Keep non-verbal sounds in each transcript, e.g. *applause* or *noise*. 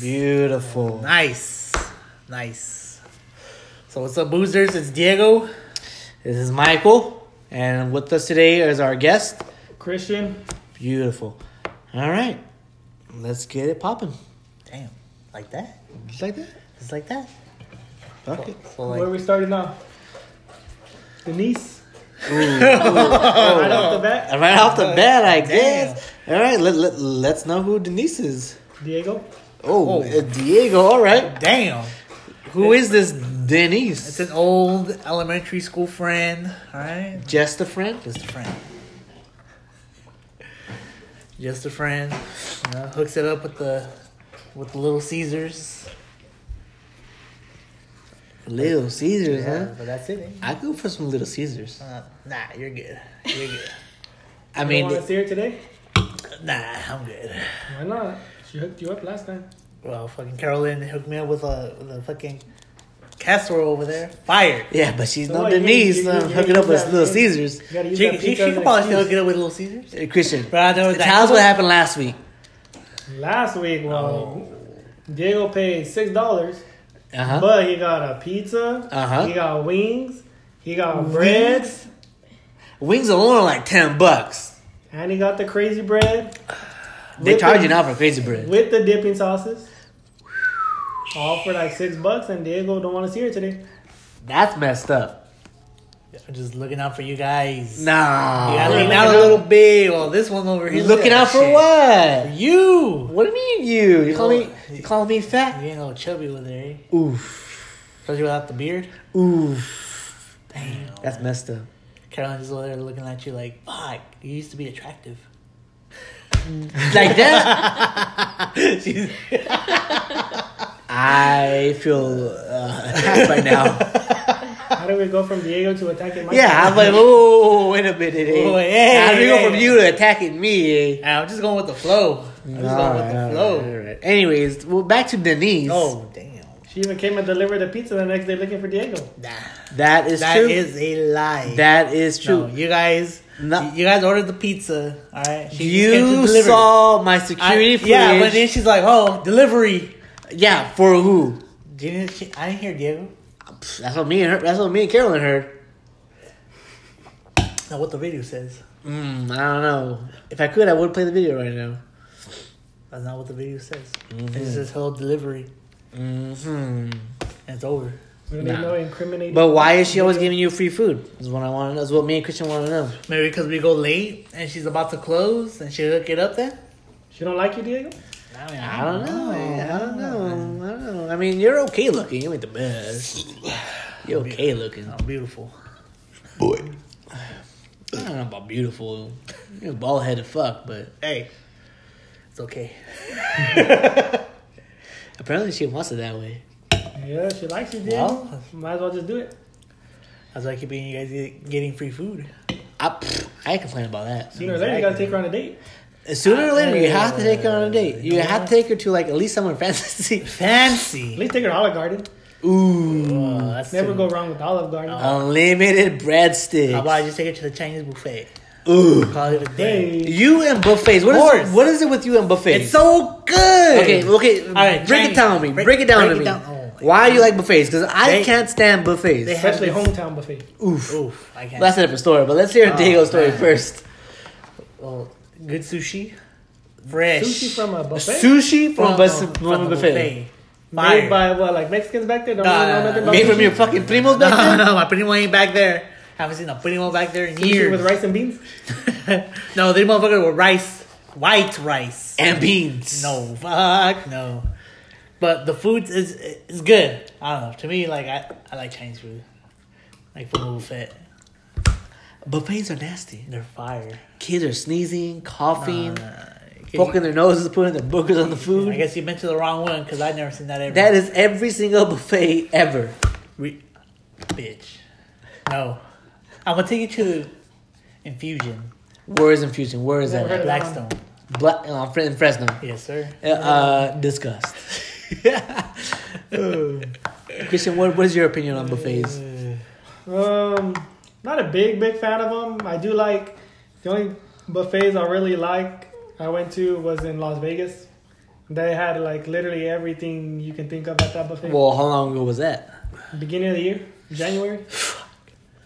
Beautiful. Nice. Nice. So what's up, boozers? It's Diego. This is Michael, and with us today is our guest. Christian, Beautiful. All right, let's get it popping. Damn. Like that? Just like that. It's like that. Fuck it. So where like are we starting now? Denise, *laughs* right off the bat. Right off the bat, I guess. guess. All right, let, let, let's know who Denise is. Diego, Oh, Oh. uh, Diego. All right. Damn. Who is this It's Denise? an old elementary school friend. Alright? Just a friend? Just a friend. Just a friend. You know, hooks it up with the with the little Caesars. Little Caesars, huh? But that's it. eh? I go for some Little Caesars. Uh, nah, you're good. You're good. I you mean, want to see her today? nah, I'm good. Why not? She hooked you up last time. Well, fucking Carolyn hooked me up with a with a fucking casserole over there. Fire. yeah, but she's So no what, you- Denise. you- you- uh, you- hooking up with you- Little Caesars. You gotta use She, that she, pizza she as could an probably still excuse. get it with Little Caesars. Uh, Christian, But I know tell us that. what happened last week. Last week, well, Diego paid six dollars, Uh Oh. huh. but he got a pizza. Uh-huh. He got wings. He got bread, Wings alone are like ten bucks. and he got the crazy bread. They With charge the- you now for crazy bread. with the dipping sauces. All for like six bucks, and Diego don't want to see her today. That's messed up. I'm just looking out for you guys. Nah. You gotta we're lean looking out a out. little bit. Well, this one over here. You looking out for Shit. what? Oh. You. What do you mean you? You call me? You call me You fat? ain't no chubby with it, eh? Oof. Especially without the beard. Oof. Damn. That's messed up. Carolyn's over there looking at you like, fuck, you used to be attractive. *laughs* Like *laughs* that? She's, I feel uh, *laughs* attacked *laughs* right now. How do we go from Diego to attacking Michael? Yeah, I'm like, oh, wait a minute. Eh? Oh, hey, How do you go hey. from you to attacking me? Eh? I'm just going with the flow. I'm just going with the flow. Anyways, well, back to Denise. Oh, damn. She even came and delivered the pizza the next day looking for Diego. Nah. that is That true. is a lie. that is true. No, you guys, No. y- you guys ordered the pizza. All right, She just came to you deliver it. saw my I- security footage. Yeah, but then she's like, "Oh, delivery." yeah, for who? Didn't she, I didn't hear Diego. Pfft, That's what me and her. That's what me and Carolyn heard. No, what the video says. Mm, I don't know. If I could, I would play the video right now. That's not what the video says. Mm-hmm. It just says "hello delivery" Mm-hmm. hmm and it's over. We don't Nah. even know incriminating. But why is she always giving you free food? Is what I want to know. Is what me and Christian want to know. Maybe because we go late and she's about to close and she hook it up then. she don't like you, Diego? I, mean, I don't know. man. I don't know. I don't know. I mean, you're okay looking. You ain't *sighs* the best. You're okay looking. I'm beautiful. Boy. I don't know about beautiful. You're bald headed fuck, but Hey, it's *laughs* okay. apparently she wants it that way. Yeah, she likes you, Diego. Well. Might as well just do it. That's why I keep being you guys get- getting free food. I, pff, I ain't complain about that. Sooner or later, you gotta take her on a date. Sooner or later, you have to take her on a date. You have to take her to like at least somewhere *laughs* fancy. At Fancy. least take her to Olive Garden. Ooh, Oh, that's Mm, Never too- go wrong with Olive Garden. Oh. unlimited How about I breadsticks. just take it to the Chinese buffet? Ooh, Call it a day. hey, you and buffets. What Of course. is what is it with you and buffets? It's so good. Okay, okay. right, break Chinese. it down to me. Break, Break- it down break to it me. down. Oh my Why do you like buffets? Because I They- can't stand buffets. they have- especially hometown buffet. Oof. Oof. I can't. That's a different story, but let's hear Oh, Diego's story man. first. well, good sushi. Fresh. Sushi from a buffet Sushi from, From a the- bus- from a the buffet. made Fire. *laughs* by what, like Mexicans back there? Don't Nah, really know nothing about Made sushi? from your fucking primos back no, *laughs* then? no, my primo ain't back there. Haven't seen a primo back there in Sushi years. with rice and beans. *laughs* no, they motherfucker with rice, white rice. And beans. No, fuck no. But the food is is good. I don't know. To me, like I, I like Chinese food, like from a buffet. Buffets are nasty. They're fire. Uh, Kids are sneezing, coughing, Okay, poking their noses, putting their boogers on the food. I guess you mentioned the wrong one because I've never seen that ever. that is every single buffet ever. Re- bitch. No. I'm gonna take you to Infusion, Where is infusion? Where is Never that? heard of that Blackstone. Black, uh, in Fresno. Yes, sir. Uh, uh, *laughs* disgust. Christian, what, what is your opinion on buffets? Um, not a big big fan of them. I do like the only buffets I really like. I went to was in Las Vegas. They had like literally everything you can think of at that buffet. Well, how long ago was that? Beginning of the year, January.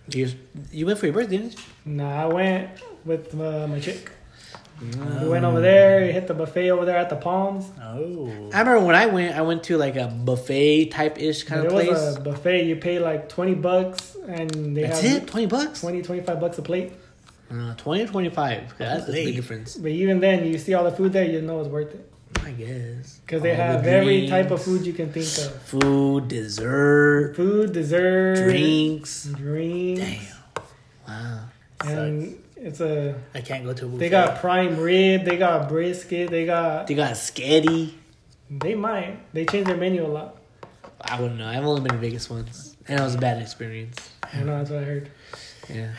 You you went for your birthday, didn't Nah, I went with uh, my chick. We went over there, we hit the buffet over there at the Palms. Oh. I remember when I went, I went to like a buffet type ish kind there of place. was a buffet. You pay like 20 bucks and they That's have it, twenty bucks. 20, 25 bucks a plate. Uh, twenty or twenty five. That's the big Late. difference, But even then, you see all the food there, you know it's worth it. I guess. Because they All the have every type of drinks, food you can think of food, dessert, food, dessert, drinks. drinks. Damn. Wow. And it's a. I can't go to a buffet. They got prime rib, they got brisket, they got. They got sketty. They might. They change their menu a lot. I wouldn't know. I've only been to Vegas once, and it was a bad experience. I know, that's what I heard. Yeah.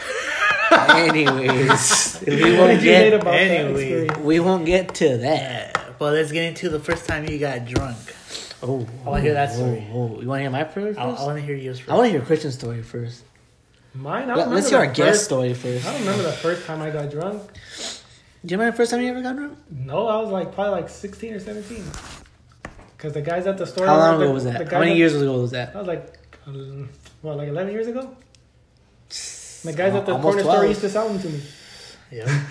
Anyways, *laughs* we What won't did you hate get about that anyway. experience? we won't get to that. Yeah. Well, let's get into the first time you got drunk. Oh, I wanna hear that story. Oh, you want to hear my story first? I, I want to hear yours first. I want to hear Christian's story first. Mine, I Let, don't us remember hear our the guest first- story first. I don't remember the first time I got drunk. Do you remember the first time you ever got drunk? No, I was like probably like 16 or 17. Because the guys at the store. How long the- ago was the that? How guys many at- years ago was *laughs* that? That was like, um, what, like 11 years ago? The guys at the Almost corner store 12. used to sell them to me. Yeah.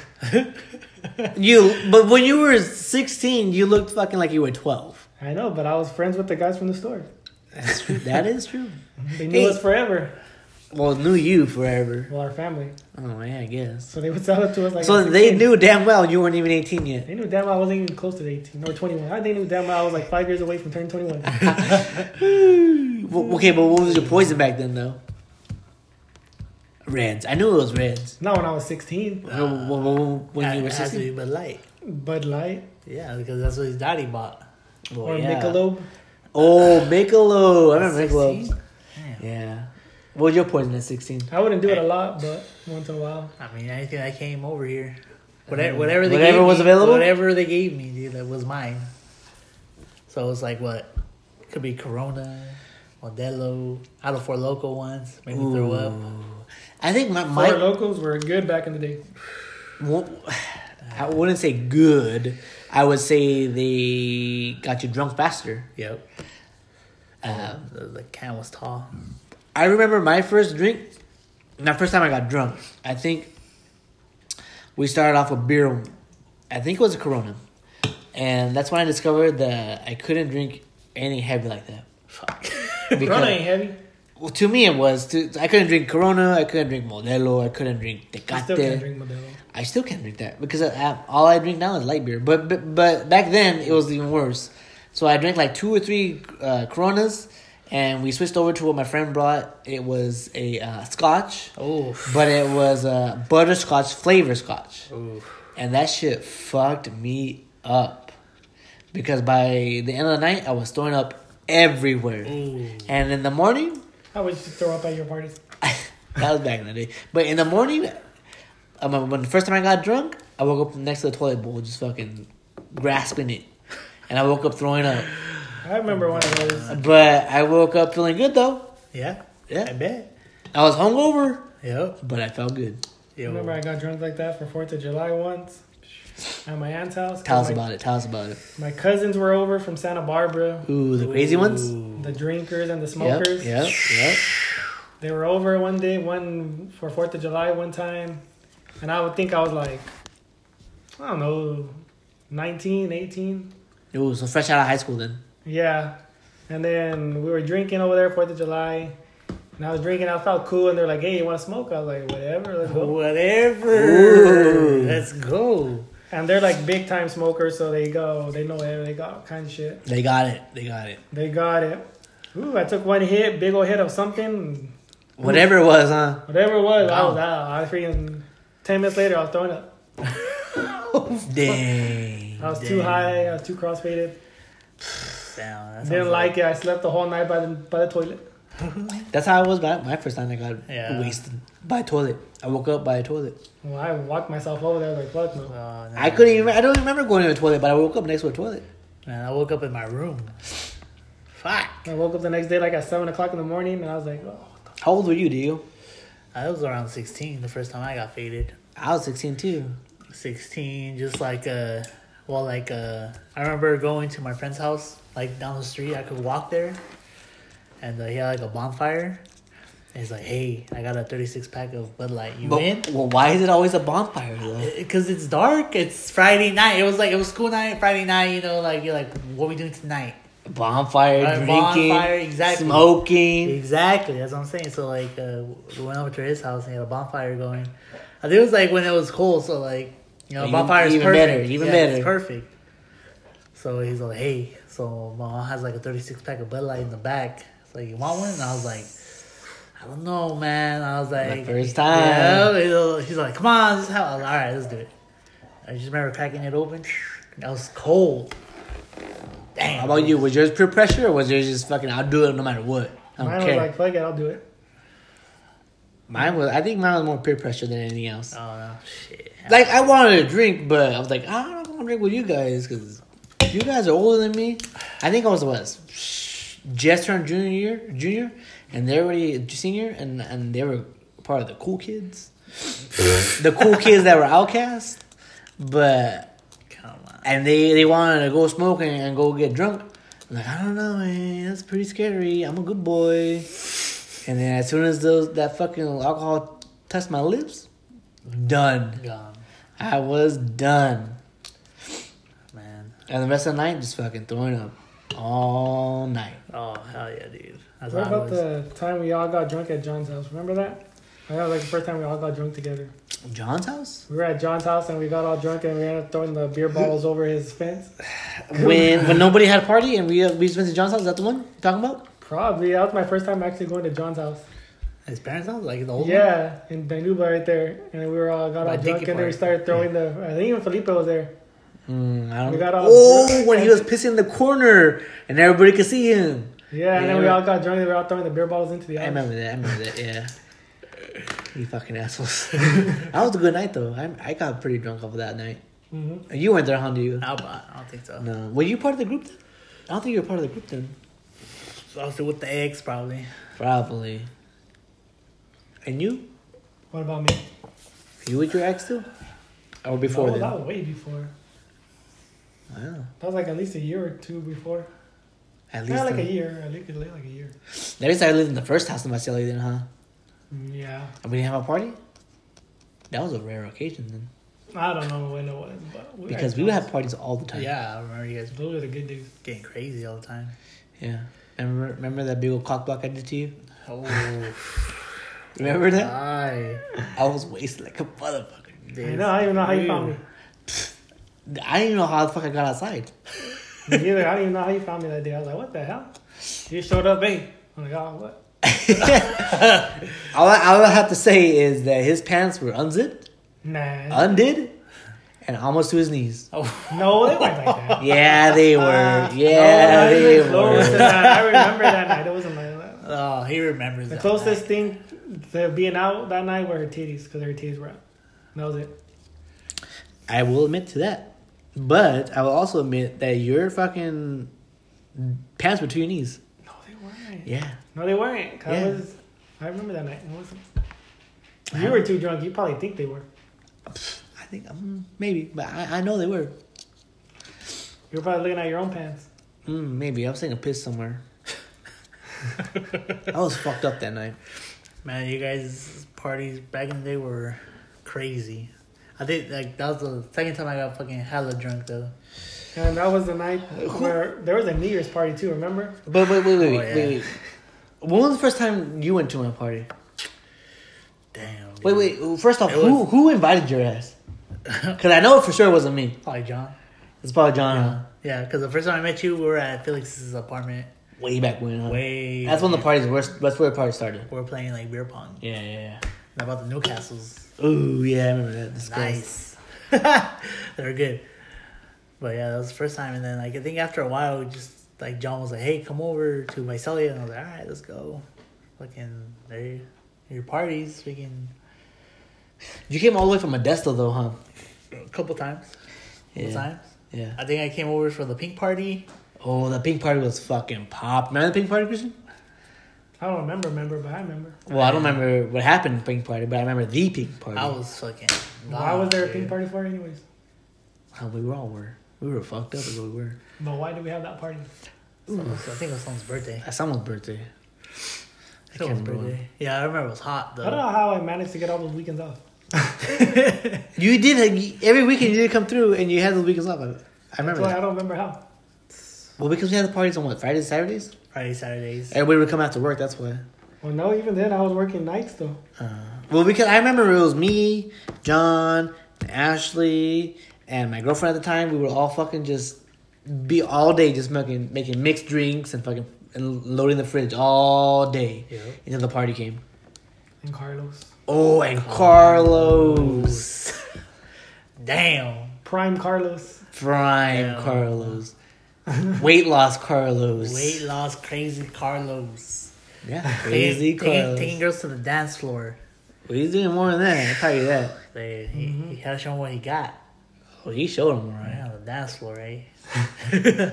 You, but when you were 16, you looked fucking like you were 12. I know, but I was friends with the guys from the store. That's true. that is true. They knew Hey. us forever. Well, knew you forever. Well, our family. Oh, yeah, I guess. So they would sell it to us like. So at they 16. knew damn well you weren't even 18 yet. They knew damn well I wasn't even close to 18 or 21. I They knew damn well I was like five years away from turning *laughs* 21. Well, okay, but what was your poison back then, though? Reds. I knew it was Reds. Not when I was 16. Well, well, well, *laughs* when you were It Uh, has to be 16? Bud Light. Bud Light Yeah, because that's what his daddy bought. Well, or yeah. Michelob. Oh, Michelob. I remember Michelob. 16? Damn. Yeah. What was your poison at 16? I wouldn't do it a lot, but once in a while. I mean, anything that came over here, whatever, whatever they Mm. Whatever gave was me, available? whatever they gave me, dude, that was mine. So it was like what could be Corona, Modelo. I had a Four Loco once, made me throw up. I think my, My my locals were good back in the day. *sighs* well, I wouldn't say good. I would say they got you drunk faster. Yep. Um, the, the can was tall. I remember my first drink, my first time I got drunk. I think we started off with beer. I think it was a Corona, and that's when I discovered that I couldn't drink anything heavy like that. Fuck. *laughs* Corona Because, ain't heavy. well, to me, it was. To, I couldn't drink Corona. I couldn't drink Modelo. I couldn't drink I Tecate. still can't drink Modelo. I still can't drink that because I, I, all I drink now is light beer. But, but but back then it was even worse. So I drank like two or three uh, Coronas, and we switched over to what my friend brought. It was a uh, Scotch, Oh. but it was a butterscotch flavor Scotch, Ooh. and that shit fucked me up because by the end of the night I was throwing up everywhere, Ooh. and in the morning I would just throw up at your parties. *laughs* that was back in the day. But in the morning, um, when the first time I got drunk, I woke up next to the toilet bowl, just fucking grasping it, and I woke up throwing up. I remember one of those. But I woke up feeling good though. Yeah. Yeah. I bet. I was hungover, Yep. but I felt good. I Yo. remember I got drunk like that for Fourth of July once at my aunt's house. Tell us Oh my, about it. Tell us about it. my cousins were over from Santa Barbara. Ooh, the crazy ones. Ooh. The drinkers and the Yep, smokers. yep, yep. They were over one day, one for Fourth of July one time, and I would think I was like, I don't know, 19, 18. Ooh, so fresh out of high school then. Yeah. And then we were drinking over there Fourth of July. And I was drinking, I felt cool, and they're like, "Hey, you want to smoke?" I was like, "Whatever, *laughs* let's go." Whatever. Ooh. Let's go. And they're like big time smokers, so they go, they know it, they got all kinds of shit. They got it. They got it. They got it. Ooh, I took one hit, big old hit of something, Whatever it was, huh? whatever it was. I was Wow. out. I freaking ten minutes later, I was throwing up. Dang. I was too high. I was too crossfaded. Damn, that sounds Didn't like it. I slept the whole night by the by the toilet. That's how I was my, my first time I got Yeah. wasted by a toilet. I woke up by a toilet. Well, I walked myself over there like fuck no. Oh, no. I couldn't even. I don't remember going to the toilet, but I woke up next to a toilet. Man, I woke up in my room. Fuck. I woke up the next day like at seven o'clock in the morning, and I was like, oh, How old were you, Dio? I was around 16 the first time I got faded. I was sixteen too. 16, just like, uh, Well, like uh, I remember going to my friend's house, like down the street. I could walk there, and uh, he had like a bonfire. And he's like, "Hey, I got a thirty-six pack of Bud Light. You in?" But, well, why is it always a bonfire though? Because Uh, it's dark. It's Friday night. It was like it was school night, Friday night. You know, like you're like, what we doing tonight? Bonfire, Right, drinking, bonfire, exactly. smoking. Exactly. That's what I'm saying. So like, uh, we went over to his house and he had a bonfire going. I think it was like when it was cold. So like, you know, Even- bonfire is even perfect. better, even Yeah, better. It's perfect. So he's like, hey. So my mom has like a 36 pack of Bud Light in the back. It's like, you want one? And I was like. I don't know, man. I was like, first time. Yeah. He's like- He's like, come on, this is how. I was like, All right, let's do it. I just remember cracking it open. That was cold. Damn. How about you? Was yours peer pressure or was yours just fucking? I'll do it no matter what. I don't Mine care. was like, fuck it, I'll do it. mine was. I think mine was more peer pressure than anything else. Oh no, shit. Like I wanted a drink, but I was like, "Ah, I don't want to drink with you guys because you guys are older than me. I think I was was just turned junior year, junior, and they're already senior, and and they were part of the cool kids, the cool kids that were outcast, but Come on. and they they wanted to go smoke and, and go get drunk. I'm like, I don't know, man. That's pretty scary. I'm a good boy. And then as soon as those that fucking alcohol touched my lips, done. Gone. I was done. Man. And the rest of the night, just fucking throwing up all night. Oh hell yeah, dude. That's What what I about was. the time we all got drunk at John's house? Remember that? That was like the first time we all got drunk together. John's house? We were at John's house and we got all drunk and we ended up throwing the beer bottles over his fence. When when nobody had a party and we uh, we just went to John's house. Is that the one you're talking about? Probably. That was my first time actually going to John's house. His parents' house, like the old one. Yeah, in Danuba right there. And we were all got By all drunk Dickey and then we Park. started throwing the. I think even Felipe was there. Mm, I We don't got all Oh, drunk. when he was pissing in the corner and everybody could see him. Yeah, and then we Yeah. all got drunk and we were all throwing the beer bottles into the I ice. remember that. I remember that. Yeah. You fucking assholes. *laughs* that was a good night though. I I got pretty drunk off of that night. hmm You weren't there, huh? Do you? No, but I don't think so. No. Were you part of the group then? I don't think you were part of the group then. So I was with the eggs probably. Probably. And you? What about me? You with your ex still? Or before no, then? that was way before. Wow. That was like at least a year or two before. At least Not like then- a year. I think it like a year. At least I lived in the first house in my cellar then, huh? Mm, Yeah. And we didn't have a party? That was a rare occasion then. I don't know when it was, but we Because had we would fun. have parties all the time. Yeah, I remember you guys Those were the good days. getting crazy all the time. Yeah. Remember remember that big old cock block I did to you? *laughs* Uh-huh. Oh, Remember that? I I was wasted like a motherfucker. I know. I don't even know how you found me. I didn't even know how the fuck I got outside. Me Neither. I don't even know how you found me that day. I was like, what the hell? You showed up, hey. I'm like, oh, what? *laughs* All I, all I have to say is that his pants were unzipped, Nah. undid, and almost to his knees. no, they weren't like that. Yeah, they were. *laughs* Yeah, no, they was close to were. that. I remember that night. It wasn't like that. Oh, he remembers The that closest thing to being out that night were her titties, because her titties were out. That was it. I will admit to that. But I will also admit that your fucking pants were to your knees. No, they weren't. Yeah. No, they weren't. 'cause Yeah. I was. I remember that night. It wasn't. You were too drunk. You probably think they were. I think, um, maybe, but I, I know they were. You were probably looking at your own pants. Mm, maybe. I was taking a piss somewhere. *laughs* I was fucked up that night. night. Man, you guys' parties back in the day were crazy. I think like that was the second time I got fucking hella drunk though. And that was the night where there was a New Year's party too. Remember? But wait, wait, wait, Oh, wait, yeah. wait, wait. When was the first time you went to my party? Damn. dude. Wait, wait. First off, It who was- who invited your ass? Because I know for sure it wasn't me. *laughs* Probably John. It's probably John. huh? Yeah, because the first time I met you, we were at Felix's apartment. Way back when. Huh? Way. Mm. That's when the parties. Were, that's where the party started. We were playing like beer pong. Yeah, yeah, And about the Newcastles. yeah. Ooh, yeah. I remember that. That's Nice. *laughs* they were good. But yeah, that was the first time. And then like I think after a while, we just like John was like, "Hey, come over to Visalia," and I was like, "All right, let's go." Fucking there, you- your parties. We can You came all the way from Modesto though, huh? a couple times. Couple Yeah. times. Yeah. I think I came over for the pink party. Oh, the pink party was fucking pop. Remember the pink party, Christian? I don't remember. Remember, but I remember. Well, I don't remember what happened at the pink party, but I remember the pink party. I was fucking. Why was there a gone, pink party for, anyways? How we all were. We were fucked up as we were. But why do we have that party? Someone- I think it was someone's birthday. That's someone's birthday. I can't Someone's remember. birthday. Yeah, I remember it was hot I don't know though. how I managed to get all those weekends off. You did you- every weekend. You did come through, and you had the weekends off. I, I That's remember. why I that. don't remember how. Well, because we had the parties on what Fridays, Saturdays, Friday, Saturdays. and we would come after work. That's why. Well, no, even then I was working nights though. Well, because I remember it was me, John, Ashley, and my girlfriend at the time. We would all fucking just be all day just making making mixed drinks and fucking and loading the fridge all day Yeah. until the party came. And Carlos, Oh, and Carlos, Damn. prime Carlos. prime Yeah. Carlos, weight loss Carlos, Weight loss, crazy Carlos. yeah, crazy Taking- taking, Carlos. taking girls to the dance floor. Well, he's doing more than that. I'll tell you that. They, he, Mm-hmm. he had to show 'em what he got. Well, he showed him all right. Yeah, on the dance floor, right? yeah,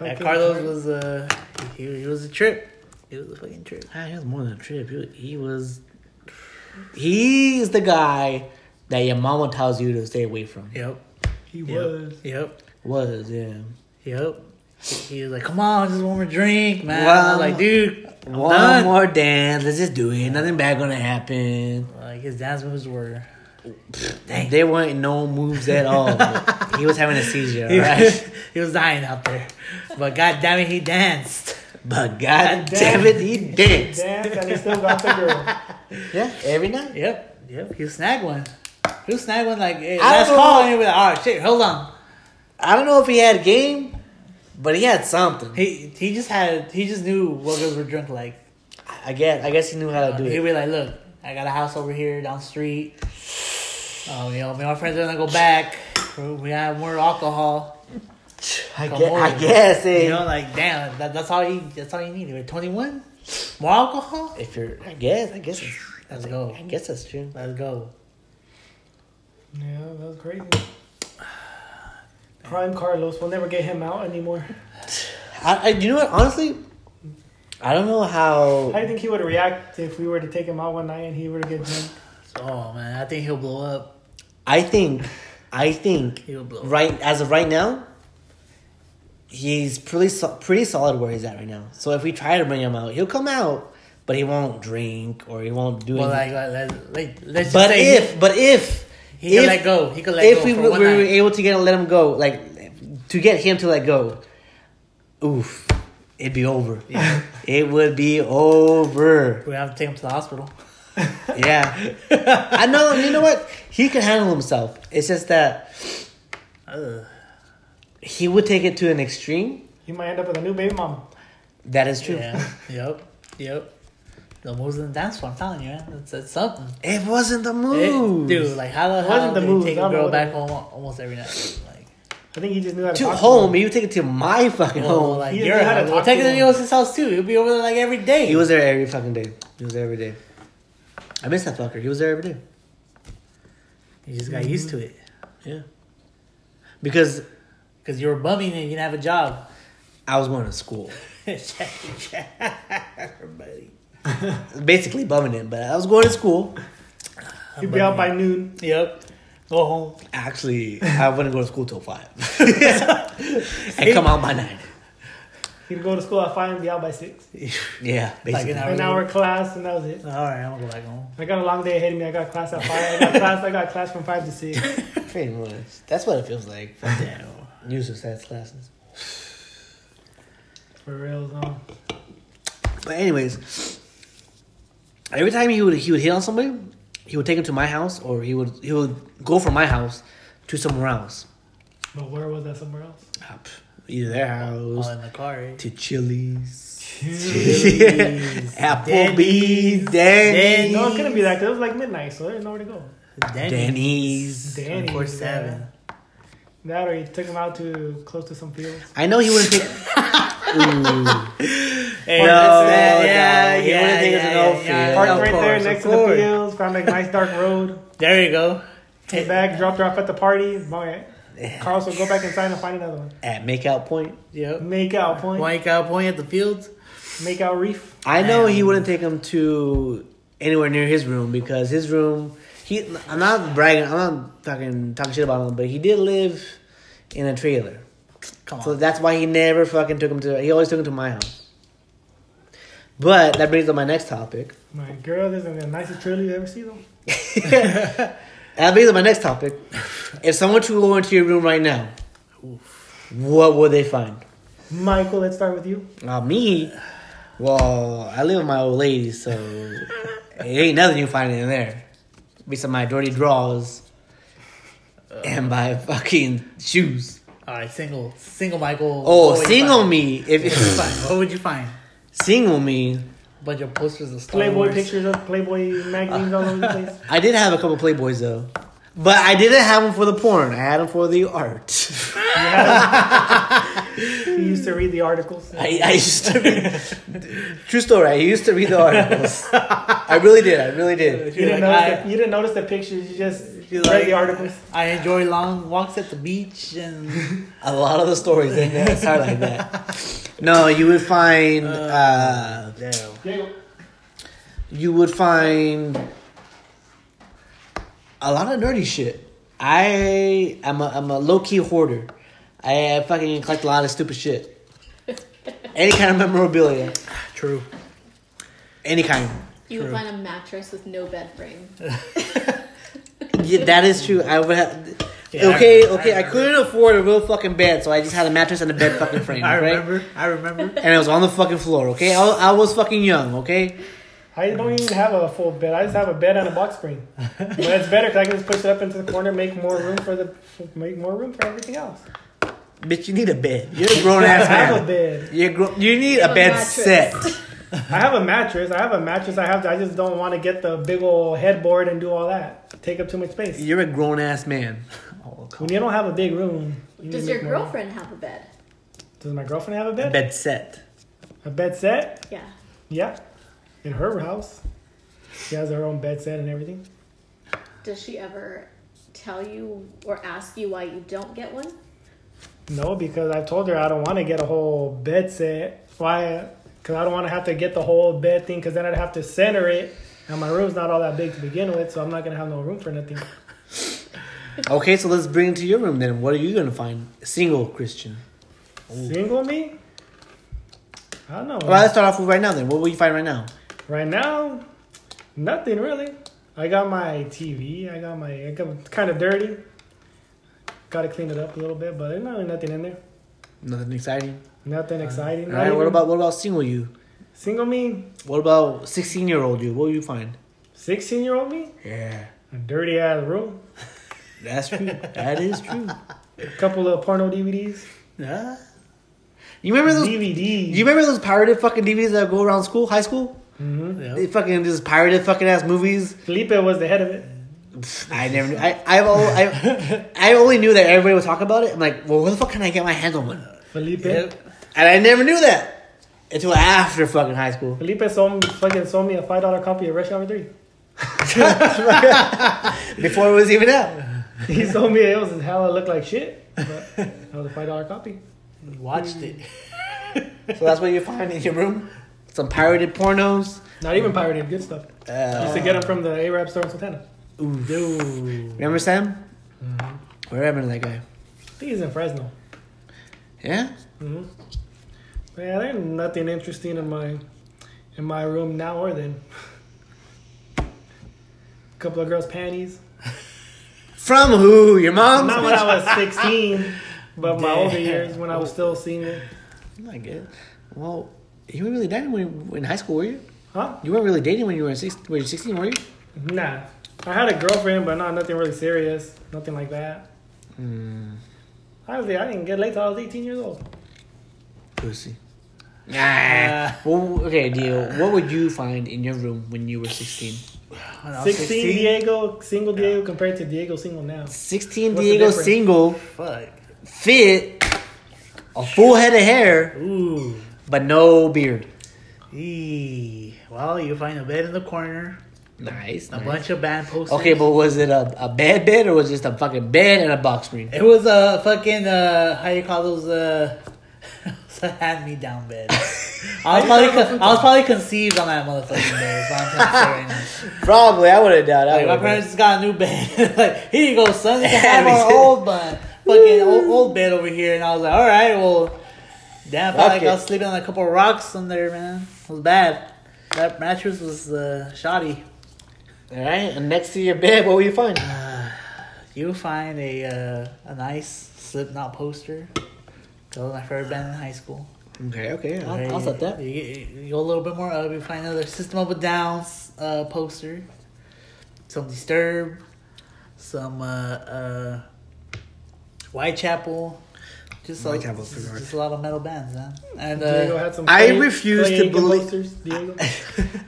Okay, Carlos Carlos. was a he, he was a trip. He was a fucking trip. Ah, he was more than a trip. He was, he was. He's the guy that your mama tells you to stay away from. Yep. He Yep. was. *laughs* Yep. Was yeah. Yep. He- He was like, "Come on, just one more drink, man." I Wow. was like, "Dude, I'm One done." more dance. Let's just do it. Nothing bad gonna happen. Like his dance moves were. Dang. There weren't no moves at *laughs* all. he was having a seizure, all He, right? *laughs* he was dying out there, but god damn it, he danced. But god damn it, he danced. Danced and he still got the girl. Yeah, every night. Yep. Yep. He snag one. He snag one like hey, I don't last know. call, and he was like, "All right, shit, hold on." I don't know if he had game, but he had something. He he just had he just knew what girls were drunk like. I guess. I guess he knew how to do He'd it. be like, look, I got a house over here down the street. Um, you know, me and my friends are gonna *sighs* go back. We have more alcohol. I Come guess. I on. guess. eh. You know, like damn, that, that's all you. That's all you need. You're 21. More alcohol. If you're, I guess, I guess, it's- Let's go. I guess that's true. Let's go. Yeah, that was crazy. Prime Carlos. We'll never get him out anymore. I, I, you know what? Honestly, I don't know how. How do you think he would react if we were to take him out one night and he were to get drunk? So, oh man, I think he'll blow up. I think, I think, He'll blow. up. right as of right now, he's pretty so, pretty solid where he's at right now. So if we try to bring him out, he'll come out, but he won't drink or he won't do Well, anything. like, like, let's- like let's just but say if, but if, he, he can if- let go, he can let if go we, for were- one we were night. able to get let him go, like to get him to let go, oof, it'd be over. Yeah. it would be over. we have to take him to the hospital. *laughs* Yeah, I know. You know what? He can handle himself. It's just that Ugh. he would take it to an extreme. He might end up with a new baby mama. That is true. Yeah. yep. Yep. The moves in the dance floor. I'm telling you, man. That's, that's something. It wasn't the It, move. dude, like how the Wasn't hell the did moves, he take I a don't know girl what back it- home almost every night? Like, I think he just knew how to to talk home. To him. You take it to my fucking well, home. like He you're had to like, well, talk to take it to him. Leo's house too. He'll be over there like every day. He was there every fucking day. He was there every day. I miss that fucker. He was there every day. you just got used to it Yeah. Because because you were bumming and you didn't have a job. I was going to school, Everybody. basically bumming it, but I was going to school. He'd be out by noon. Yep. Go home. Actually, I wouldn't go to school till five. *laughs* and come out by nine. He'd go to school at five and be out by six. Yeah, basically. hour. An hour class and that was it. All right, I'm gonna go back home. I got a long day ahead of me. I got class at five. I got class. I got class from five to six. *laughs* Pretty much. That's what it feels like. *laughs* Damn. New science classes. For real, though. But anyways, every time he would he would hit on somebody, he would take him to my house, or he would he would go from my house to somewhere else. But where was that? Somewhere else. Up, Ah, Either their house All in the car. Right? to Chili's, Chili's, *laughs* Denny's, Applebee's, Danny's, No, it couldn't be that because it was like midnight, so there was nowhere to go. Danny. Denny's. Danny. Of course, seven. That or he took him out to close to some fields. I know he wouldn't take. *laughs* Ooh. Hey, No, that's it. no, he wouldn't think it's an old field. Parked of right course, there of next to the fields. Found a nice dark road. There you go. Came back, dropped her off at the party. Boy, Carlos will go back inside and find another one. At Makeout Point, Yep. Make out point. Point out, point at the fields. Make out reef. I know he Damn. wouldn't take him to anywhere near his room because his room He, I'm not bragging. I'm not talking talking shit about him, but he did live in a trailer, Come on. so that's why he never fucking took him to. He always took him to my house. But that brings up my *laughs* next topic. My girl, this is the nicest trailer you ever see though. That brings up my next topic. If someone to go into your room right now, what would they find? Michael, let's start with you. Uh, me, well, I live with my old lady, so it ain't nothing you find in there. Besides my dirty drawers and my fucking shoes. All right, single, single Michael. Oh, what would you single find? me. What would you If find? What would you find? single me, Bunch of posters of Star Playboy Wars. pictures of Playboy magazines all over the place. *laughs* I did have a couple Playboys though, but I didn't have them for the porn. I had them for the art. *laughs* He used to read the articles. I, I used to read. *laughs* True story. I used to read the articles. I really did. I really did. You You're didn't, like, notice I- the, you didn't notice the pictures. You just You're read like- the articles. I enjoy long walks at the beach and A lot of the stories in there start like that. No, you would find. Oh, Uh, damn. Yeah, you would find a lot of nerdy shit. I am a, I'm a low key hoarder. I fucking collect a lot of stupid shit. Any kind of memorabilia, *laughs* True. any kind. You would True. find a mattress with no bed frame. Yeah, that is true. I would have. Yeah, I okay, remember. okay. I, I couldn't afford a real fucking bed, so I just had a mattress and a bed fucking *laughs* frame. I okay? remember. I *laughs* remember. And it was on the fucking floor. Okay, I, I was fucking young. Okay, I don't even have a full bed. I just have a bed and a box spring. But it's better because I can just push it up into the corner, make more room for the make more room for everything else. bitch, you need a bed. You're a grown ass I have a *laughs* man. bed. You're gro- you need a A bed mattress. set. I have a mattress. I have a mattress. I have. I just don't want to get the big old headboard and do all that. Take up too much space. You're a grown ass man. Oh, come When you don't have a big room, you need Does to your make more room. girlfriend have a bed? Does my girlfriend have a A bed? bed set. A bed set? Yeah. Yeah, in her house. She has her own bed set and everything. Does she ever tell you or ask you why you don't get one? No, because I told her I don't want to get a whole bed set. Why? Because I don't want to have to get the whole bed thing. Because then I'd have to center it, and my room's not all that big to begin with, so I'm not gonna have no room for nothing. Okay, so let's bring it to your room then. What are you gonna find? Single Christian. Single me? I don't know. All right, let's start off with right now then. What will you find right now? Right now, nothing really. I got my TV. I got my. I got it's kind of dirty. Got to clean it up a little bit, but there's not really nothing in there. Nothing exciting. Nothing exciting. All Not right. What even- about what about single you? single me? What about sixteen year old you? What will you find? Sixteen year old me? Yeah. A dirty ass room. That's *laughs* true. that is true. A couple of porno DVDs. on. Ah, You remember those? DVDs. You remember those pirated fucking DVDs that go around school, high school? Mhm. They yeah. fucking just pirated fucking ass movies. Felipe was the head of it. Pfft, I never. Knew. I I've al- I, I only knew that everybody would talk about it. I'm like, well, where the fuck can I get my hands on one? Felipe. Yeah. And I never knew that until after fucking high school. Felipe sold me, fucking sold me a five dollar copy of Rush Hour Three. *laughs* Before it was even out. He sold me it was hell. It looked like shit, but that was a five dollar copy. You watched *laughs* it. So that's what you find in your room. Some pirated pornos. Not even pirated, good stuff. I used to Uh, get them from the Arab store in Sultana. oof. Dude. Remember Sam? What happened to that guy? I think he's in Fresno. Yeah. hmm Yeah, there's nothing interesting in my in my room now or then. *laughs* A couple of girls' panties. From who? Your mom? Not when I was 16, but my older Damn. years when I was still single. I get. Well, you weren't really dating when in high school, were you? Huh? You weren't really dating when you were in six, when you were sixteen, were you? Nah. I had a girlfriend, but not nothing really serious. Nothing like that. Mm, Honestly, I didn't get laid till I was 18 years old. pussy. Nah. well, okay, deal. What would you find in your room when you were sixteen? When I was 16, Diego, single Diego compared to Diego single now. Sixteen, What's the Diego, difference? single, Fuck. fit, a full head of hair, Ooh. but no beard. Eee. Well, you find a bed in the corner, Nice. a nice. bunch of band posters. Okay, but was it a, a bed bed or was it just a fucking bed and a box screen? It was a fucking uh, *laughs* how do you call those uh, It's a hand-me-down *laughs* bed. I was probably con- I was probably conceived on that motherfucking bed. Is what I'm trying to say right now. Probably, I would have died. I Like, my would've parents just got a new bed. *laughs* like, here you go, son. You can have Yeah, *laughs* our we- old bed. Fucking old, old bed over here. And I was like, all right, well, damn, I felt Fuck like I was it. sleeping on a couple of rocks on there, man. It was bad. That mattress was uh, shoddy. *sighs* been. All right, and next to your bed, what will you find? You find a uh, a nice Slipknot poster. That was my favorite band in high school. Okay, okay, Okay, I'll, I'll you- set that. *laughs* You, you go a little bit more up. You find another System of a Down's uh, poster, some Disturbed, some uh, uh, Whitechapel. Just, a, Whitechapel's just, pretty just a lot of metal bands, huh? And Diego uh, had some I Clay- refuse Clay to Aiken believe- posters, Diego.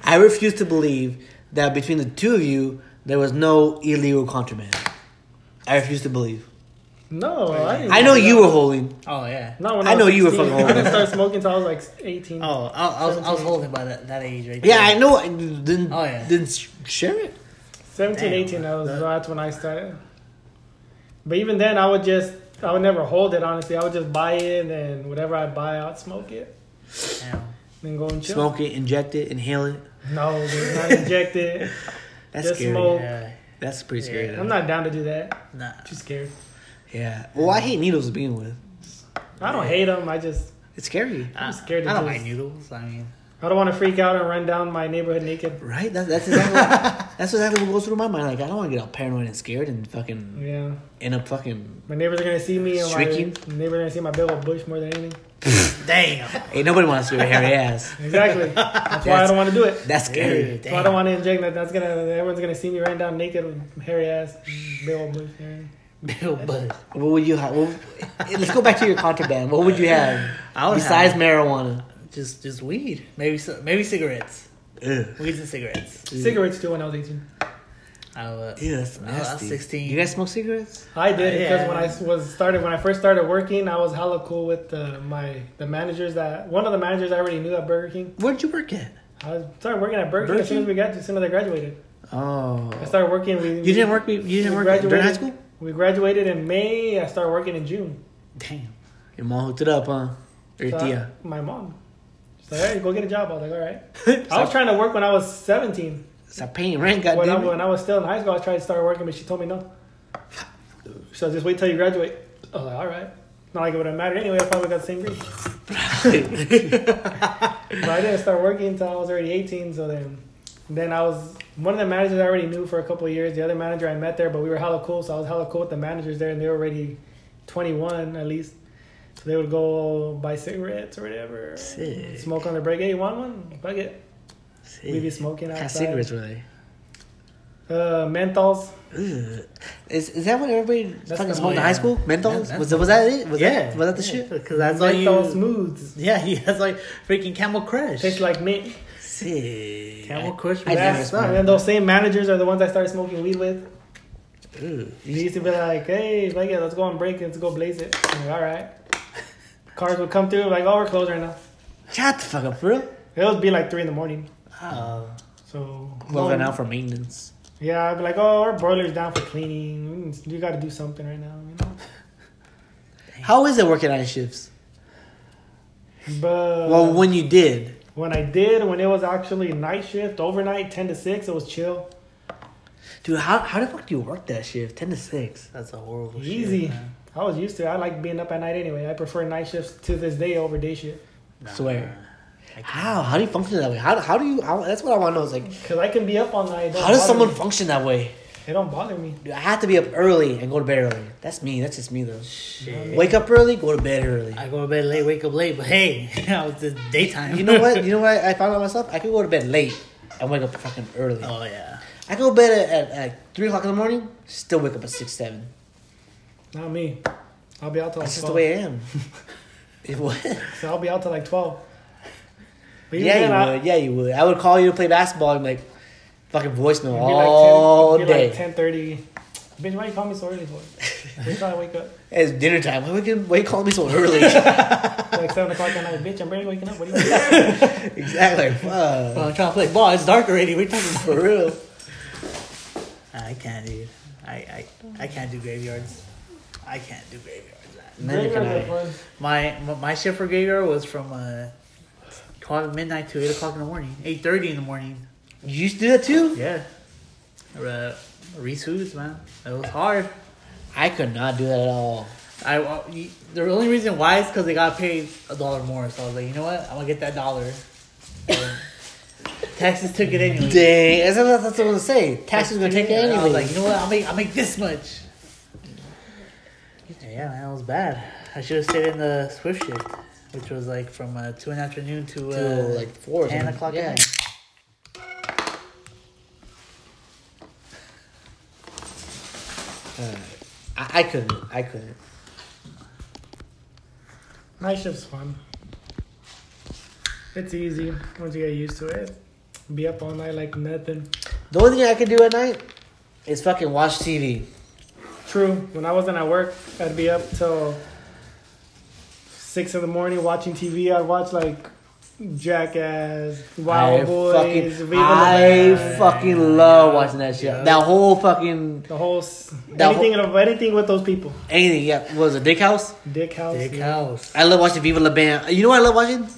I refuse to believe that between the two of you, there was no illegal contraband. I refuse to believe. No, I, didn't *laughs* I know you were holding. oh yeah. Not when I I, was know you were 16. fucking I didn't old. start smoking until I was like 18. Oh, I, I was I was Seventeen. holding by that, that age right Yeah, there. I know. I didn't, Oh, yeah. didn't sh- share it. 17, Damn. 18, that was, that's when I started. But even then, I would just, I would never hold it, honestly. I would just buy it, and then whatever I buy, I'd smoke it. Damn. Then go and chill. Smoke it, inject it, inhale it. No, dude, not inject it. That's Just scary. smoke. Yeah, That's pretty scary. Yeah. though. I'm not down to do that. nah. Too scared. Yeah. Well, I hate needles to begin with. I don't hate them. I just, It's scary, I'm scared to I don't do like this. noodles. I mean, I don't want to freak out and run down my neighborhood naked. right? That's that's exactly what, that's exactly what goes through my mind. Like I don't want to get all paranoid and scared and fucking Yeah. end up fucking. My neighbors are going to see me, and my Shrieking? neighbors are going to see my big old bush more than anything. damn. *laughs* Hey, nobody wants to see your hairy ass. Exactly. That's why I don't want to do it. That's scary. Dude, So I damn. don't want to inject that. That's gonna everyone's gonna see me running down naked with hairy ass, big old bush hair. Bill Bud. What would you have? What, let's go back to your contraband. What would you have I would besides have- marijuana? Just just weed. Maybe c- maybe cigarettes. Ugh. Weeds and cigarettes. Dude. Cigarettes too when I was eighteen. I uh, Ew, that's I was nasty. 16. You guys smoke cigarettes? I did Uh, because yeah. when I was started when I first started working, I was hella cool with uh, my the managers that one of the managers I already knew at Burger King. Where'd you work at? I was, started working at Burger, King Burger as soon as we got as soon as I graduated. Oh, I started working. We, you didn't work. You didn't we work at- during high graduated- school. We graduated in May. I started working in June. Damn. Your mom hooked it up, huh? Or your So I- tia? my mom. She's like, "All right, go get a job." I was like, "All right." *laughs* I was trying to work when I was seventeen. Stop paying rent, goddamn. when, I, it. when I was still in high school, I tried to start working, but she told me no. She said, just wait till you graduate. I was like, all right. Not like it would have mattered anyway. I probably got the same *laughs* grade. but I didn't start working until I was already 18. So then, then I was one of the managers I already knew for a couple of years. The other manager I met there, but we were hella cool. So I was hella cool with the managers there, and they were already 21 at least. So they would go buy cigarettes or whatever, Sick. smoke on the break. Hey, you want one? Fuck it. Sick. We'd be smoking What kind of outside. cigarettes were they? Uh, menthols. Ugh. Is is that what everybody fucking the- smoked oh, in high yeah. school? Menthols? that's was the that was that it? Was yeah. that was that the shit? Because that's all menthol you. smooths. Yeah, *laughs* yeah, that's like freaking Camel Crush. Tastes like mint. Sick. Camel Crush. I was never that smoked. stuff. And then those same managers are the ones I started smoking weed with. Ugh. They used to be like, hey, like, yeah, let's go on break, let's go blaze it. I'm like, all right. Cars would come through, like, oh, we're closed right now. Shut the fuck up, for Uh, real? It would be like 3 in the morning. Oh. So, Well, now for maintenance. yeah, I'd be like, oh, our boiler's down for cleaning. Mm, You got to do something right now, you know? How is it working night shifts? Uh, But Well, when you did, when I did, when it was actually night shift, overnight, 10 to 6, it was chill. dude, how how the fuck do you work that shift? Ten to six. That's a Oh, horrible Easy. shit. man. I was used to it. I like being up at night anyway. I prefer night shifts to this day over day shift. Nah. Swear. I can't. How how do you function that way? How how do you? How, that's what I want to know. Is like, Cause I can be up all night. it don't how does bother someone me. function that way? It don't bother me. Dude, I have to be up early and go to bed early. That's me. That's just me though. Shit. Wake up early, go to bed early. I go to bed late, wake up late, but hey, *laughs* it's the daytime. You know what? *laughs* You know what? I found out myself. I could go to bed late and wake up fucking early. oh yeah. I go to bed at, at, at three o'clock in the morning, still wake up at six seven. Oh, Not me. I'll be out till like That's just the twelve. way *laughs* I am. It would. So I'll be out till like twelve. But even Yeah, you then, I- would. Yeah, you would. I would call you to play basketball and like fucking voice it'd note be like 10 all it'd be day. Like ten thirty. Bitch, why you call me so early for? Bitch, till I wake up it's dinner time. Why would why you call me so *laughs* early? *laughs* It's like seven o'clock at night. Bitch, I'm barely waking up. What do you mean? exactly. Like, fuck. Well, I'm trying to play ball. It's dark already. We're talking For real. I can't do. I I I can't do graveyards. I can't do graveyards. man. Neither can Graveyards I. are fun. My my- my shift for graveyard was from uh, twelve midnight to eight o'clock in the morning, eight thirty in the morning. You used to do that too? Yeah, uh, resuits, man. It was hard. I could not do that at all. I wa- y- the only reason why is because they got paid a dollar more. So I was like, you know what? I'm gonna get that dollar. *laughs* So, Taxes took it anyway. Dang, that's, that's what I was gonna say. Taxes gonna take it And I anyway. was like, you know what? I'll make I'll make this much. Yeah, man, that was bad. I should have stayed in the swift shift, which was like from uh, two in the afternoon to, Till, uh, like four or ten something. o'clock Yeah. at night. Uh, I, I couldn't. I couldn't. Night shift's fun. It's easy once you get used to it. Be up all night like nothing. The only thing I could do at night is fucking watch TV. True. When I wasn't at work, I'd be up till six in the morning watching TV. I'd watch like Jackass, Wild I Boys, fucking, Viva I La Bam, fucking love watching that shit. Yeah. That whole fucking the whole s That anything of anything with those people. anything. Yeah, what was it Dick House? Dick House. Dick yeah. house. I love watching Viva La Bam. You know what I love watching?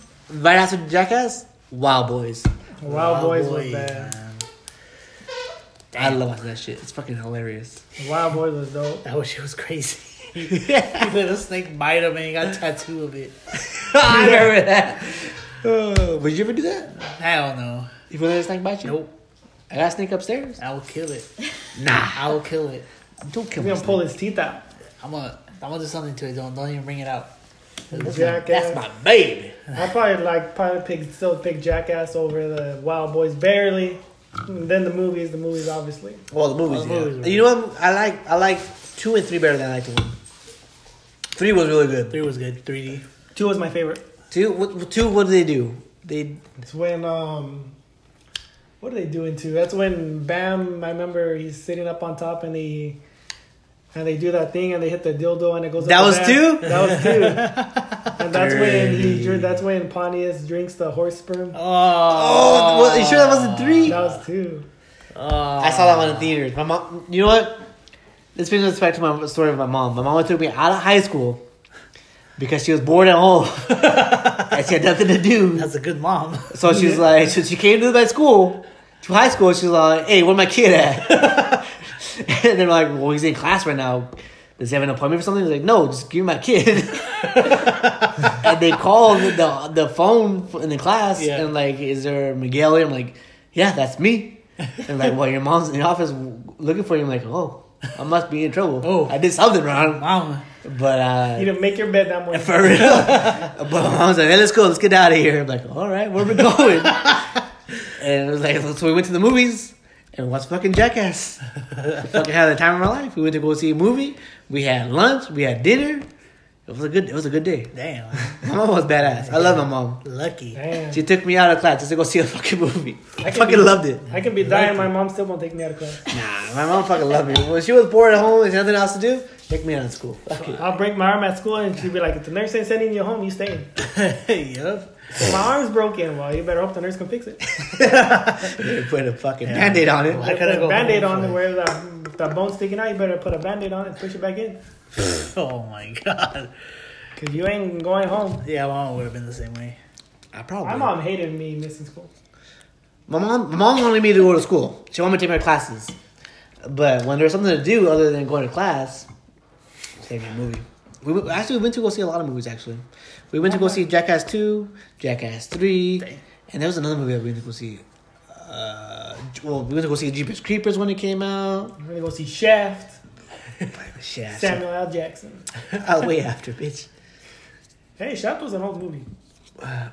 Right after Jackass, Wild Boys. Wild, Boys was bad. man. I love watching that shit. It's fucking hilarious. *laughs* Wild Boys was dope. That was *laughs* shit was crazy. He let a snake bite him and he got a tattoo of it. I remember that. Uh, would you ever do that? I don't know. If you let a snake bite you? Nope. I gotta sneak upstairs? I will kill *laughs* it. Nah. I will kill it. Don't kill He's me. gonna pull his teeth out. I'm gonna I'm gonna do something to it. Don't don't even bring it out. That's Jackass. my baby. I probably like probably pick still pick Jackass over the Wild Boys barely. And then the movies, the movies obviously. Well, the movies. Oh, the yeah. movies were you know what? I like I like two and three better than I like one. Three was really good. Three was good. 3D. Two was my favorite. Two, what, two. What do they do? They It's when um, what are they doing to? That's when Bam. I remember he's sitting up on top and he. And they do that thing, and they hit the dildo, and it goes. up That the was back. two? That was two. *laughs* and that's when he. Dirty. dr- That's when Pontius drinks the horse sperm. Oh, well, you sure that wasn't three? That was two. I saw that one in theaters. My mom, you know what? This brings us back to my story of my mom. My mom took me out of high school because she was bored *laughs* at home and she had nothing to do. That's a good mom. *laughs* So she's like, so she came to my school, to high school. She's like, hey, where my *laughs* kid at? and they're like, well, he's in class right now. Does he have an appointment for something? He's like, no, just give me *laughs* my kid. and they called the the phone in the class Yeah. and like, is there Miguel? here? I'm like, yeah, that's me. And like, well, your mom's in the office looking for you. I'm like, oh, I must be in trouble. Oh. I did something wrong. Mom. But uh, You didn't make your bed that morning. *laughs* for real. but my mom was like, hey, let's go, let's get out of here. I'm like, all right, where we going? *laughs* and it was like, so we went to the movies and watched fucking Jackass. We fucking had the time of our life. We went to go see a movie. We had lunch. We had dinner. It was a good. It was a good day. Damn. My mom was badass. I love my mom. Lucky. Damn. She took me out of class just to go see a fucking movie. I can fucking do- loved it. I can be dying. My mom still won't take me out of class. *laughs* Nah, my mom fucking loved me. When she was bored at home and had nothing else to do, take me out of school. *laughs* Fuck it. I'll break my arm at school, and she'd be like, "If the nurse ain't sending you home, you *laughs* staying." *laughs* yep. my arm's broken. Well, you better hope the nurse can fix it. They put a fucking band-aid on it. I I gotta put go a band-aid home on for it it. where the, if the bone's sticking out. You better put a band-aid on it and push it back in. Oh my god. Because you ain't going home. Yeah, mom would have been the same way. I probably. My mom hated me missing school. My mom, my mom wanted me to go to school. She wanted me to take my classes, but when there was something to do other than going to class, take me a movie. We went- actually we went to go see a lot of movies. Actually, we went to go see Jackass Two, Jackass Three, Dang. and there was another movie that we went to go see. Uh, well, we went to go see Jeepers Creepers when it came out. I'm gonna go see Shaft, Oh, Shit, I said- Samuel L. Jackson. I was uh, way *laughs* after, bitch. Hey, Shaft was an old movie.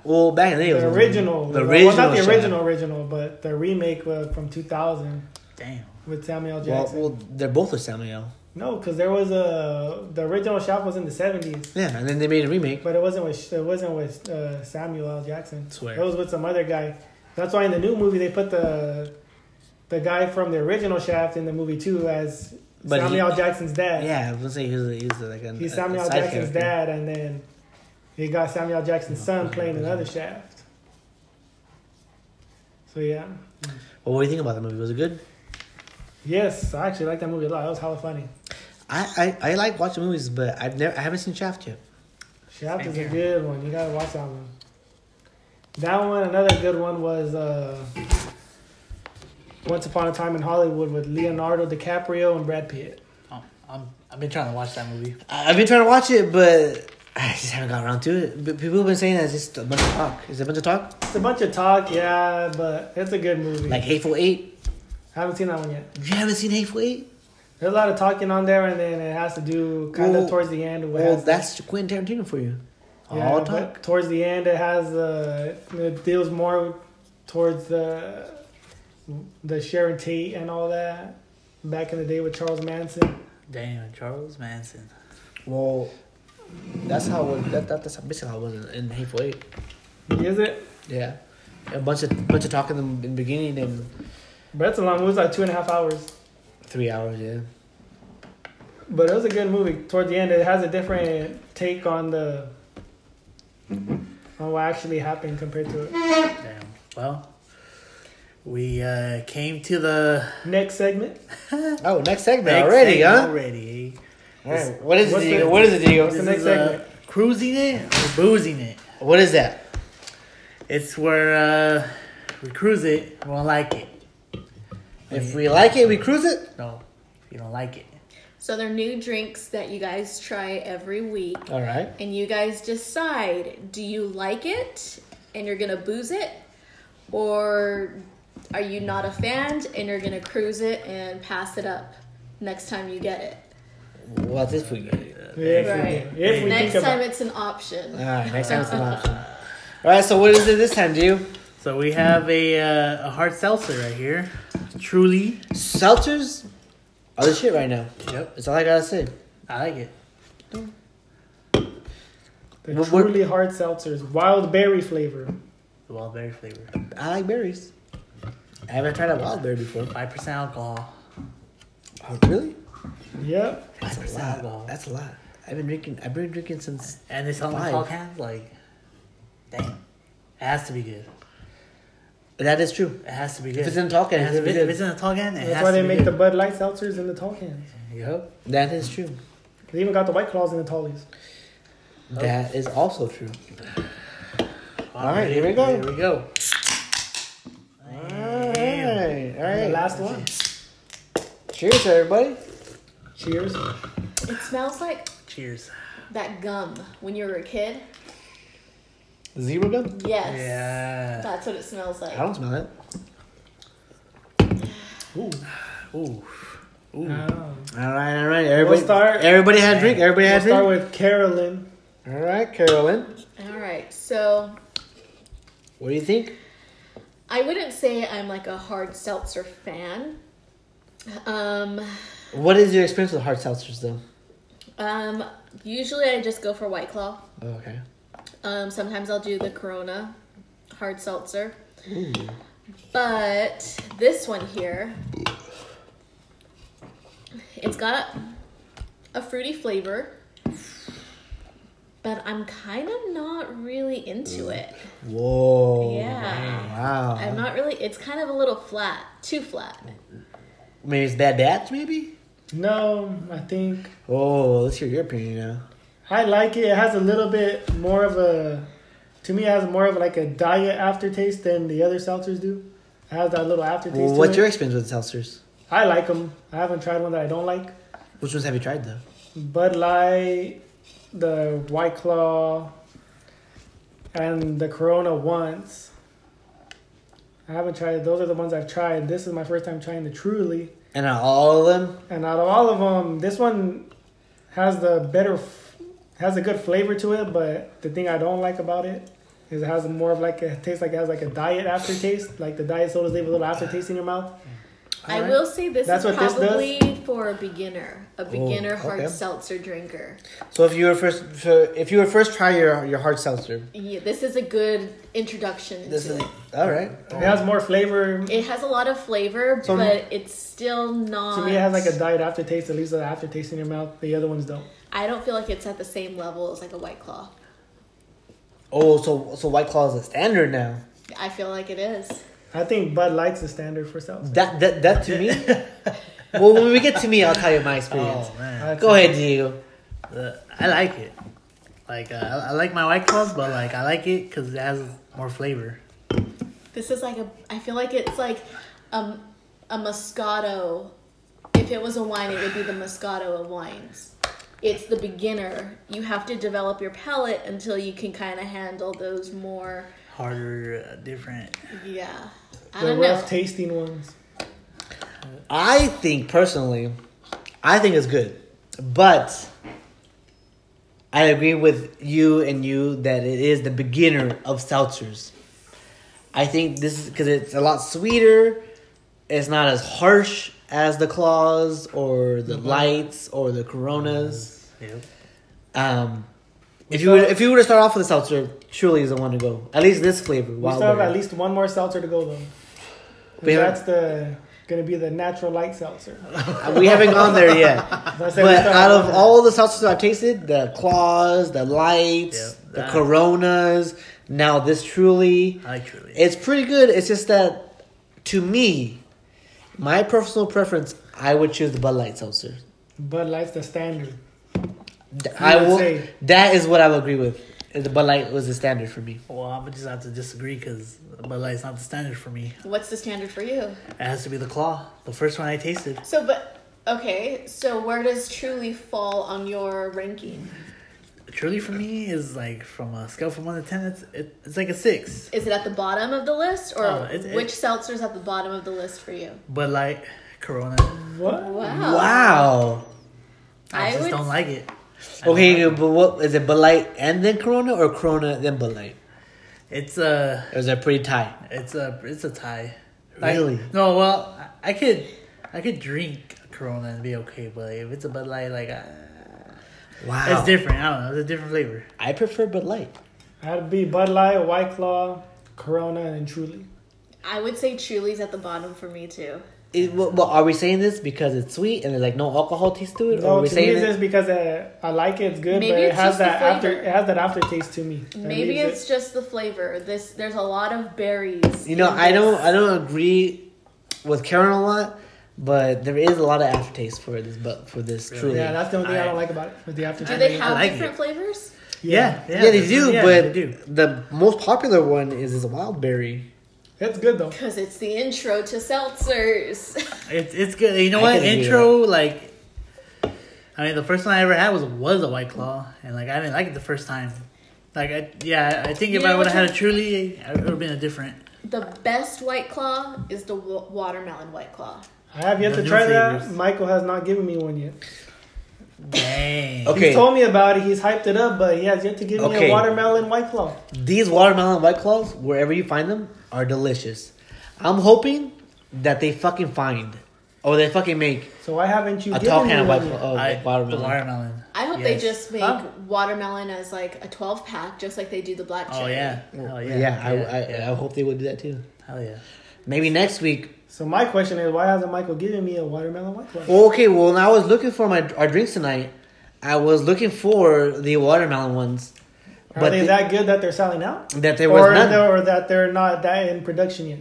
Well, back in the day, it was The a- original, the well, original, not the shit. original original, but the remake was from 2000 Damn. with Samuel L. Well, Jackson. well, they're both with Samuel. no, because there was a the original Shaft was in the 70s, Yeah, and then they made a remake. but it wasn't with it wasn't with uh, Samuel L. Jackson. Swear. Oh. It was with some other guy. That's why in the new movie they put the the guy from the original Shaft in the movie too as But he- Samuel L. Jackson's dad. Yeah, I was gonna say he was, he was like a, He's a- a Samuel side Jackson's character. dad, and then he got Samuel Jackson's son playing another Shaft. So yeah, Well, what do you think about the movie? Was it good? yes, I actually like that movie a lot. It was hella funny. I, I, I like watching movies, but I've never I haven't seen Shaft yet. Shaft Same is a here. good one. You gotta watch that one. That one, another good one was uh, Once Upon a Time in Hollywood with Leonardo DiCaprio and Brad Pitt. Oh, I'm, I've been trying to watch that movie. I- I've been trying to watch it, but *sighs* I just haven't got around to it. But people have been saying that it's just a bunch of talk. Is it a bunch of talk? It's a bunch of talk, yeah, but it's a good movie. Like Hateful Eight. I haven't seen that one yet. You haven't seen Hateful Eight? There's a lot of talking on there, and then it has to do kind Well- of towards the end. What Well, has- that's Quentin Tarantino for you. yeah, All but talk. towards the end, it has uh, it deals more towards the the Sharon Tate and all that back in the day with Charles Manson. Damn, Charles Manson. Well, that's how it, that, that that's basically how it was in, in Hateful Eight. Is it? Yeah, a bunch of bunch of talk in the, in the beginning and But that's a long movie. It's like two and a half hours. three hours. Yeah, But it was a good movie. Towards the end, it has a different take on the Mm-hmm. on what actually happened compared to it. Damn. Well, we uh, came to the Next segment. Oh, next segment next already, segment huh? Already. All right. What is What's it, the- Diego? What is it, What's Diego? the This next is, uh, segment? cruising it or boozing it. What is that? It's where uh, we cruise it. We don't like it. If we like it, we cruise it. No, if you don't like it. So they're new drinks that you guys try every week, All right. and you guys decide: do you like it, and you're gonna booze it, or are you not a fan and you're gonna cruise it and pass it up next time you get it? Well, this week. If Right. we, do. if we Next think time, about Uh. it's an option. All right. Next time it's an option. *laughs* All right. So what is it this time, Diego? So we have a, uh, a hard seltzer right here. Truly. Seltzers are the shit right now. Yep. That's all I gotta say. I like it. the What- what- truly hard seltzers, wild berry flavor. The wild berry flavor. I like berries. I haven't tried a wild berry before. 5% alcohol. Oh, really? Yep. That's a 10% lot. alcohol. That's a lot. I've been drinking. I've been drinking since. And it's on the Five. tall can. Like, damn. It has to be good. That is true. It has to be good. If it's in a tall can, It it's has to gonna be- if be good. it's in a tall can, it That's has why to they be make the good. Bud Light seltzers in the tall cans. Yep. That is true. They even got the white claws in the tallies. That is also true. All right, here we go. Here we go. Alright, The alright. last one. Cheers, everybody. Cheers. It smells like Cheers. that gum when you were a kid. Zero gum? Yes. Yeah. That's what it smells like. I don't smell it. Ooh. Ooh. Ooh. Uh, Wow. Alright, alright. Everybody, start- everybody had a drink. Everybody We'll had a start drink. with Carolyn. Alright, Carolyn. All right. So What do you think? I wouldn't say I'm like a hard seltzer fan. Um, What is your experience with hard seltzers, though? um, usually I just go for White Claw. Okay. Um, sometimes I'll do the Corona hard seltzer. But this one here, it's got a fruity flavor, but I'm kind of not really into it. Whoa. Yeah. Wow. I'm not really, it's kind of a little flat, too flat. Maybe it's bad batch, maybe? No, I think Oh, let's hear your opinion now. I like it. It has a little bit more of a, to me, it has more of like a diet aftertaste than the other seltzers do. It has that little aftertaste. Well, to what's it. your experience with seltzers? I like them. I haven't tried one that I don't like. Which ones have you tried, though? Bud Light, the White Claw, and the Corona once. I haven't tried. Those are the ones I've tried. This is my first time trying the Truly, And uh, all of them? and out of all of them, this one has the better, f- has a good flavor to it. But the thing I don't like about it is it has more of like a it tastes like it has like a diet aftertaste, like the diet sodas leave a little aftertaste in your mouth. I Alright. will say this That's is what this does? Oh, probably for a beginner, a beginner hard okay. seltzer drinker. So if you were first, so if you were first, try your your hard seltzer. Yeah, this is a good introduction. This to is it. all right. It has more flavor. It has a lot of flavor, So- but it's still not. To me, it has like a diet aftertaste. It leaves an aftertaste in your mouth. The other ones don't. I don't feel like it's at the same level as like a White Claw. Oh, so so White Claw is a standard now. I feel like it is. I think Bud Light's the standard for seltzer. That that that to me, well, when we get to me, I'll tell you my experience. Oh man, That's Go ahead, Diego. Uh, I like it. Like uh, I, I like my white claws, but like I like it because it has more flavor. This is like a. I feel like it's like um, a Moscato. If it was a wine, it would be the Moscato of wines. It's the beginner. You have to develop your palate until you can kind of handle those more. Harder, uh, different. Yeah, I the don't rough know. tasting ones. I think personally, I think it's good, but I agree with you and you that it is the beginner of seltzers. I think this is because it's a lot sweeter. It's not as harsh as the claws or Mm-hmm. the lights or the coronas. Yep. Mm-hmm. Um, if you were, if you were to start off with a seltzer, surely is the one to go. At least this flavor. We Wild still have Berry. at least one more seltzer to go though. 'Cause We haven't- that's the gonna be the natural light *laughs* seltzer. we haven't gone there *laughs* yet. That's it, we But still have out of one. all the seltzers I've tasted, the claws, the lights, Yep, the that- coronas, now this truly, I like truly. it's pretty good. It's just that to me, my personal preference, I would choose the Bud Light seltzer. Bud Light's the standard. Th- I would will. say- That is what I would agree with. is The Bud Light was the standard for me. well, I'm gonna just have to disagree because Bud Light's not the standard for me. What's the standard for you? It has to be the claw, the first one I tasted. So, but okay. So, where does Truly fall on your ranking? Truly for me is like from a scale from one to ten, it's it, it's like a six. Is it at the bottom of the list, or Oh, it- it- which seltzer's at the bottom of the list for you? But like Corona, What? Wow. Wow. I, I just would- don't like it. I don't Okay, like it. but what is it? Bud Light and then Corona, or Corona then Bud Light? it's uh, a Or is that pretty tight? it's a it's a tie. Really? Like, no, well, I- I could I could drink Corona and be okay, but if it's a Bud Light, like uh, Wow. it's different. I don't know. It's a different flavor. I prefer Bud Light. That'd be Bud Light, White Claw, Corona, and Truly. I would say Truly's at the bottom for me too. It, well, well, are we saying this because it's sweet and there's like no alcohol taste to it? or are No, we to me saying it's it? just because uh, I like it. It's good, Maybe but it it's has just the that after. flavor. It has that aftertaste to me. That Maybe leaves it's just the flavor. This there's a lot of berries. you know, in I don't, this. I don't agree with Karen a lot, but there is a lot of aftertaste for this, but for this Really? truly. Yeah, that's the only thing I, I- don't like about it. With the aftertaste. Do they have like different it. flavors? Yeah, Yeah, they that's- do, yeah, but they do. the most popular one is this wild berry. It's good though. Because it's the intro to seltzers. *laughs* It's it's good. You know I what? can agree Intro like. I mean, the first one I ever had was was a White Claw, and like I didn't like it the first time. Like I yeah, I think if You I know would what have had you- a Truly, I would have been a different. the best White Claw is the w- watermelon White Claw. I have yet The to new try that. flavors. Michael has not given me one yet. Dang. Okay. He's told me about it. He's hyped it up, but he has yet to give me Okay. a watermelon White Claw. These watermelon white claws, wherever you find them, are delicious. I'm hoping that they fucking find or they fucking make So why haven't you a given tall me can of one white yet? claw, of I, watermelon. Oh, watermelon. The watermelon. I hope Yes. they just make Oh. watermelon as like a 12 pack, just like they do the black cherry. Oh yeah. Oh yeah, yeah. I, I, yeah. I hope they would do that too. Hell yeah. Maybe next week. So my question is, why hasn't Michael given me a watermelon White Claw? Okay, well, when I was looking for my our drinks tonight, I was looking for the watermelon ones, Are but they the- that good that they're selling out? that there was or, none. they're- or that they're not that in production yet.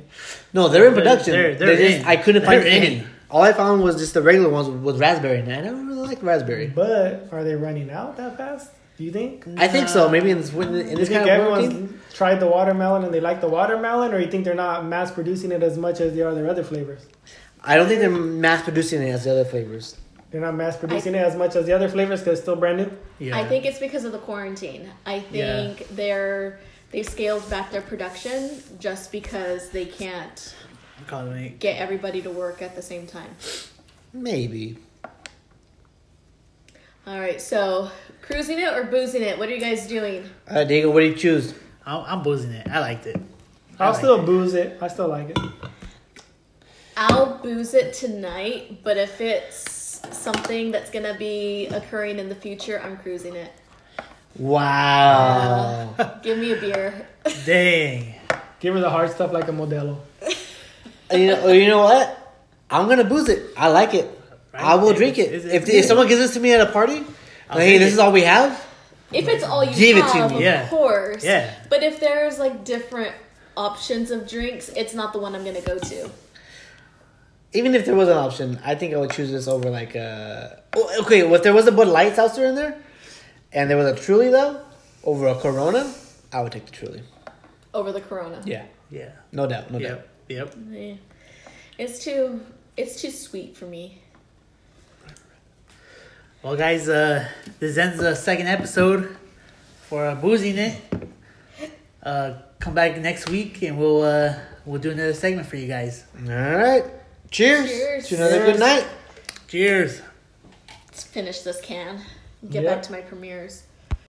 no, they're in They're- production. they're- They they're just- in. I couldn't They're find any. in. All I found was just the regular ones with raspberry, and I don't really like raspberry. But are they running out that fast? Do you think? I think so. Maybe in this in You this think kind of everyone's everyone's... tried the watermelon and they like the watermelon, or you think they're not mass producing it as much as they are their other flavors? I don't think they're mass producing it as the other flavors. They're not mass producing it as much as the other flavors because it's still brand new. Yeah. I think it's because of the quarantine. I Yeah. think they're they've scaled back their production just because they can't Cosmic. get everybody to work at the same time. Maybe. All right, so cruising it or boozing it? What are you guys doing? All right, Uh, Diego, what do you choose? I'm, I'm boozing it. I liked it. I I'll like still it. booze it. I still like it. I'll booze it tonight, but if it's something that's gonna be occurring in the future, I'm cruising it. *laughs* Wow. Give me a beer. Dang. Give her the hard stuff like a Modelo. you know, you know what? I'm gonna booze it. I like it. Right? I will It's- drink it. it's- if, it's if good. someone gives this to me at a party, I'll like, hey, drink this it. is all we have. If it's all you Give it to have, me. of Yeah. course. Yeah. But if there's like different options of drinks, it's not the one I'm gonna go to. even if there was an option, I think I would choose this over like a. oh, Okay, well, if there was a Bud Light seltzer in there, and there was a Truly though, over a Corona, I would take the Truly. over the Corona. Yeah, Yeah. no doubt, no doubt. Yep. Yep. Yeah. It's too it's too sweet for me. Well, guys, uh, this ends the second episode for uh, boozing it. Uh, come back next week and we'll uh, we'll do another segment for you guys. All right, cheers, Cheers. to another good night. Cheers. Let's finish this can. Get Yeah. back to my premieres.